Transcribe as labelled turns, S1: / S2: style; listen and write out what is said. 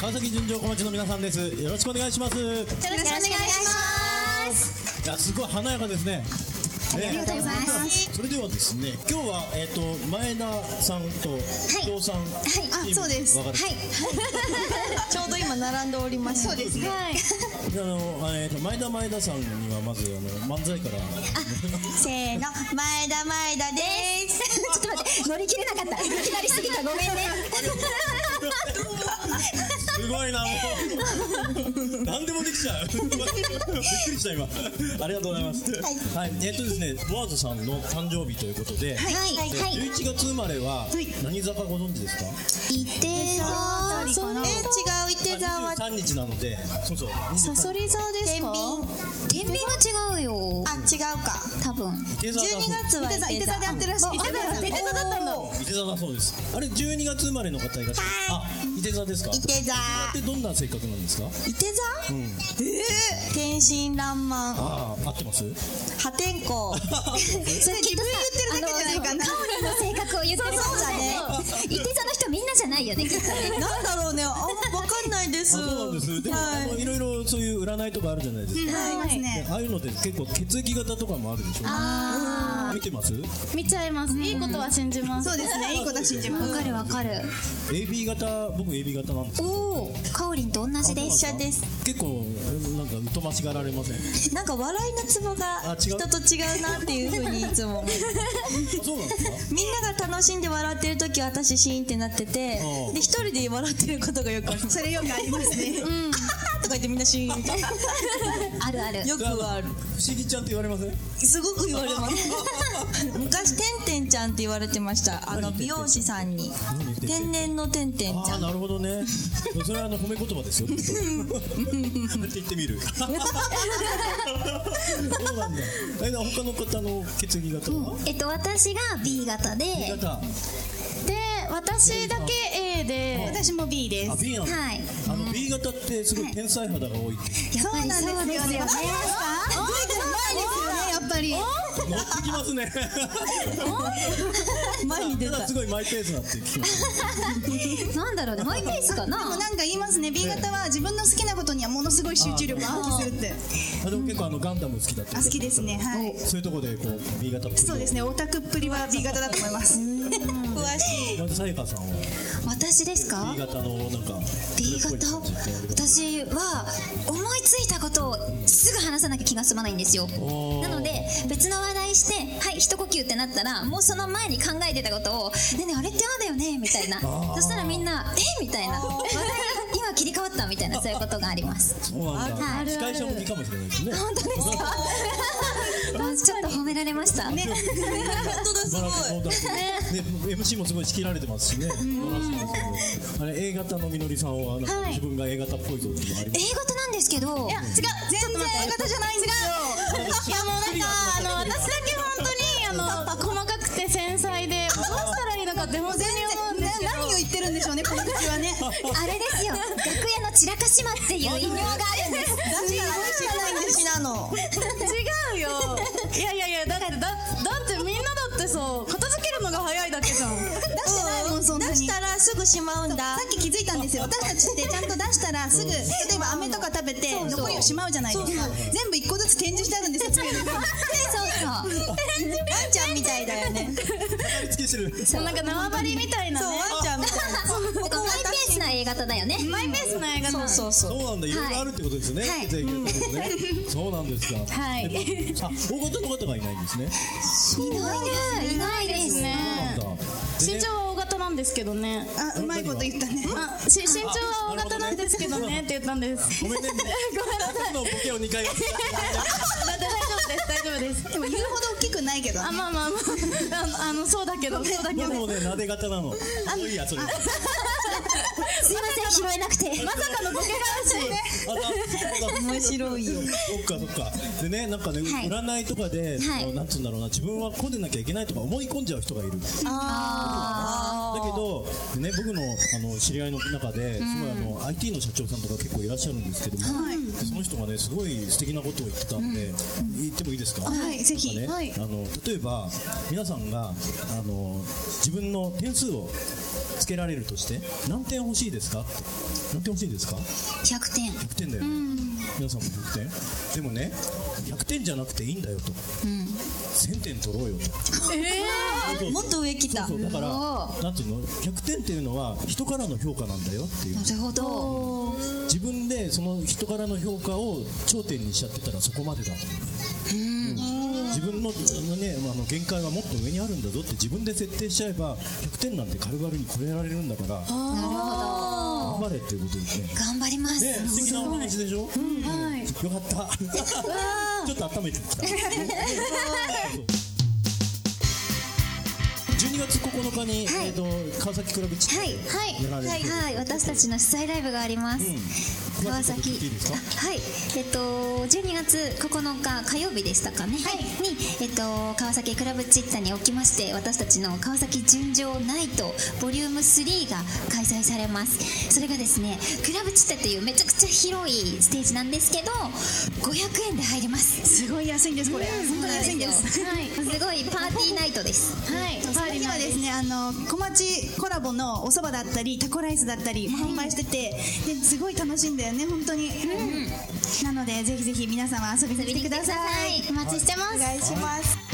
S1: 川崎純情小町の皆さんですよろしくお願いしますい
S2: よろしくお願いします。
S1: やすごい華やかですねね
S2: ありがとうございます。
S1: それではですね今日はえっ、と前田さんと伊藤さん
S2: はい
S1: チームに分かれて
S3: ちょうど今並んでおります。そうですね。
S2: はい。
S1: であのえっ、と前田前田さんにはまずあの漫才から
S2: せーの、前田前田です。ちょっと待って、乗り切れなかった。いきなりすぎた、ごめんね。
S1: すごいなも う何でもできちゃうびっくりした今ありがとうございます
S2: はい
S1: はい、えっ、とですねボアーズさんの誕生日ということで、
S2: はい、はい、
S1: 11月生まれは何座かご存知ですか、
S2: いて座
S3: あ、そうね。違う、いて座は。
S1: 23日なのでそうそう23
S3: そり座ですか。
S2: 天秤が違うよ。
S3: あ、違うか。
S2: 多分。
S1: 手座だ
S3: 十
S1: そう
S3: 二月は。いて座でやってらっしゃる。いて座だ。いて座だったんだ。
S1: 伊手座だそうですあれ12月生まれの方いらっしゃるあ伊手座ですか
S3: いて座。
S1: でどんな性格なんですか
S3: いて座。ええ。天真爛漫。
S1: ああ合ってます
S3: 破天荒。
S2: それ
S3: 自分言ってるだけじゃないかな
S2: あのカオリの性格を言ってるそうだね。いて座の人みんなじゃないよね、きっとね。
S3: なんだろうね。あ、わかんないです。
S1: あそうなんですでも、
S3: はい
S1: あのいろいろそういう占いとかあるじゃないですか、
S3: はい。ですね。
S1: ねああいうので結構血液型とかもあるでしょ
S2: あ
S1: 見てます
S4: 見ちゃいます。いいことは信じます。
S3: そうですね。いい子だ信じま
S2: あ。
S3: す
S2: わ。かるわかる。
S1: AB 型僕 AB 型なんです
S2: おお、カオリンと同じで
S1: 一緒
S2: です。
S1: 結構なんか疎ましがられませんあ
S3: なんか笑いのツボ
S1: あ
S3: が
S1: 違
S3: 人
S1: う
S3: と違うなっていうふうにいつも 思う
S1: そうなんですか
S3: みんなが楽しんで笑ってる時は私シーンってなってて
S1: うん
S3: で一人で笑ってることがよくあるそれよくありますね「うん、とか言ってみんなシーンみ たいな
S2: あるある。
S3: よくある
S1: 不思議ちゃんって言われません
S3: すごく言われます昔てんてんちゃんって言われてましたあの
S1: 何てんてん
S3: 美容師さんに
S1: 何てんてん
S3: 天然のてんてんち
S1: あ
S3: ゃ
S1: あ
S3: ん
S1: なるほどねそれはあの褒め言葉ですよって言ってみるそうなんだえ他の方の血液型は、
S2: えっと、私が B 型で、
S1: B 型あ
S4: で、私だけ A で、
S3: 私も B で
S1: B なんだ、
S2: はい
S1: あの B 型ってすごい天才肌が多いって
S2: やっぱりそうですよね。
S3: すよねやっ
S1: 乗ってきますね
S3: ぱり前に出
S1: た
S3: た
S1: だすごいマイペースなって聞きます
S2: なんだろうね、マイペースか
S5: な
S2: な。
S5: んか言いますね B 型は自分の好きなことにはものすごい集中力を発揮するって
S1: あでも結構あのガンダム好きだって
S5: あ好きですねはい
S1: そういうとこでこう B 型っぽい
S5: そうですねオタクっぷりは B 型だと思います
S3: 詳しい
S1: まずさやかさんは
S2: 私ですか
S1: B 型のなんか
S2: B 型
S1: それっぽい感じってあるか
S2: 私は思いついたことをすぐ話さなきゃ気が済まないんですよ
S1: おー
S2: なので別の話題してはい一呼吸ってなったらもうその前に考えてたことを「ねえねえあれってああだよね」みたいな
S1: ー
S2: そしたらみんな「えみたいな話題今切り替わったみたいなそういうことがあります
S1: そうなんだ、
S2: はい
S1: 司会者向きかもしれないですね
S2: 本当ですかあちょっと褒められましたね
S3: 本当だす
S1: バランス
S3: ごい
S1: もだしね MC もすごい仕切られてますしね。あれ A 型のみのりさんはなんか
S2: はい
S1: 自分が A 型っぽいぞっていうのあり
S2: A
S1: ます。
S2: 型なんですけど
S5: 違う全然 A 型じゃないんですよ
S4: あもうなんか、あの、私だけ本当に、あの、細かくて繊細 で、どうしたらいいのかって本当に思うんですけど。
S5: 何を言ってるんでしょう ねこの口はね
S2: あれですよ楽屋の散らかしまっていう異名があるん です
S3: 私が知らないんですなの
S4: 違うよ。いやいやいや、だって、だ、だってみんなだってそう、片付けるのが早いだけじゃん。
S5: 出してないもんそんな
S3: 出
S5: に
S3: したらすぐしまうんだ
S5: さっき気づいたんですよ私たちってちゃんと出したらすぐ例えば飴とか食べて残りをしまうじゃないですか全部一個ずつ展示してあるんですよ 机にワン
S2: そうそう
S5: ちゃんみたいだよね
S1: 貼り付けしてる。
S4: そう なんか縄張りみたいな
S3: そう
S4: ね。
S3: ワンちゃんみたい
S2: だからマイペースな A 型だよね
S4: マイペースな映画な
S3: な
S4: の
S3: そうそうそう
S1: そうなんだ。いろいろあるってことですね。
S2: はい
S1: 血液型とかね。そうなんですか。
S4: はい
S1: でもあ、O 型の方がいないんですね。
S2: いないねいないですね
S4: ね
S1: そうなんだで
S4: 身
S1: ね
S4: 長は O 型なんですけどね。
S5: あうまいこと言ったね
S4: あ、し身長は O 型なんですけどねって言ったんです。
S1: ごめんね。僕のボケを二回やって。
S4: だって大丈夫です、大丈夫です。
S5: でも言うほど大きくないけど
S4: あ、まあまあまあ、あの、あのそうだけど、そうだけど。
S1: 僕もね、撫で型なの。もういいや、それ。あ、
S2: すいません拾えなくて
S4: まさかのボケ返し。
S3: 面白いよ
S1: そっかそっかでねなんかね、
S2: はい
S1: 占いとかで、そ
S2: は
S1: の
S2: い
S1: なんつうんだろうな自分はこうでなきゃいけないとか思い込んじゃう人がいるだけどでね僕のあの知り合いの中ですごいあの、IT の社長さんとか結構いらっしゃるんですけども、でその人がねすごい素敵なことを言ってたんで、言ってもいいですか、
S5: はいぜひ
S1: ねあの例えば皆さんがあの自分の点数をつけられるとして何点欲しいですかって何点欲しいですか
S2: 100点
S1: 100点だよね、皆さんも100点でもね100点じゃなくていいんだよと、1000点取ろうよと
S3: もっと上来た
S1: そうだからなんていうの100点っていうのは人からの評価なんだよっていう
S2: なるほど
S1: 自分でその人からの評価を頂点にしちゃってたらそこまでだ、うん自分の,、ね、あの限界はもっと上にあるんだぞって自分で設定しちゃえば100点なんて軽々に超えられるんだから頑張れっていうことですね
S2: 頑張ります、
S1: ね素敵なお話でしょ、うんよかった ちょっと温めてきた12月9日に、
S2: はい
S1: えー、と川崎クラブチ
S2: はい
S1: ッやられる、
S2: はい、はい、私たちの主催ライブがあります、
S1: うん
S2: 川
S1: 詳しいこと
S2: 崎
S1: 聞いていいですか
S2: あはいえっと12月9日火曜日でしたかね、にえっと川崎クラブチッタにおきまして私たちの川崎純情ナイトボリューム3が開催されますそれがですねクラブチッタというめちゃくちゃ広いステージなんですけど500円で入ります
S3: すごい安いんですこれ本当に安いんです
S2: そうなん ですよはいすごいパーティーナイトです
S4: はい、
S3: その日はですね、あの小町コラボのお蕎麦だったりタコライスだったり販売してて、ですごい楽しいんだよね本当に、なのでぜひぜひ皆様遊びに来てください
S2: お待ちしてます
S3: お願いします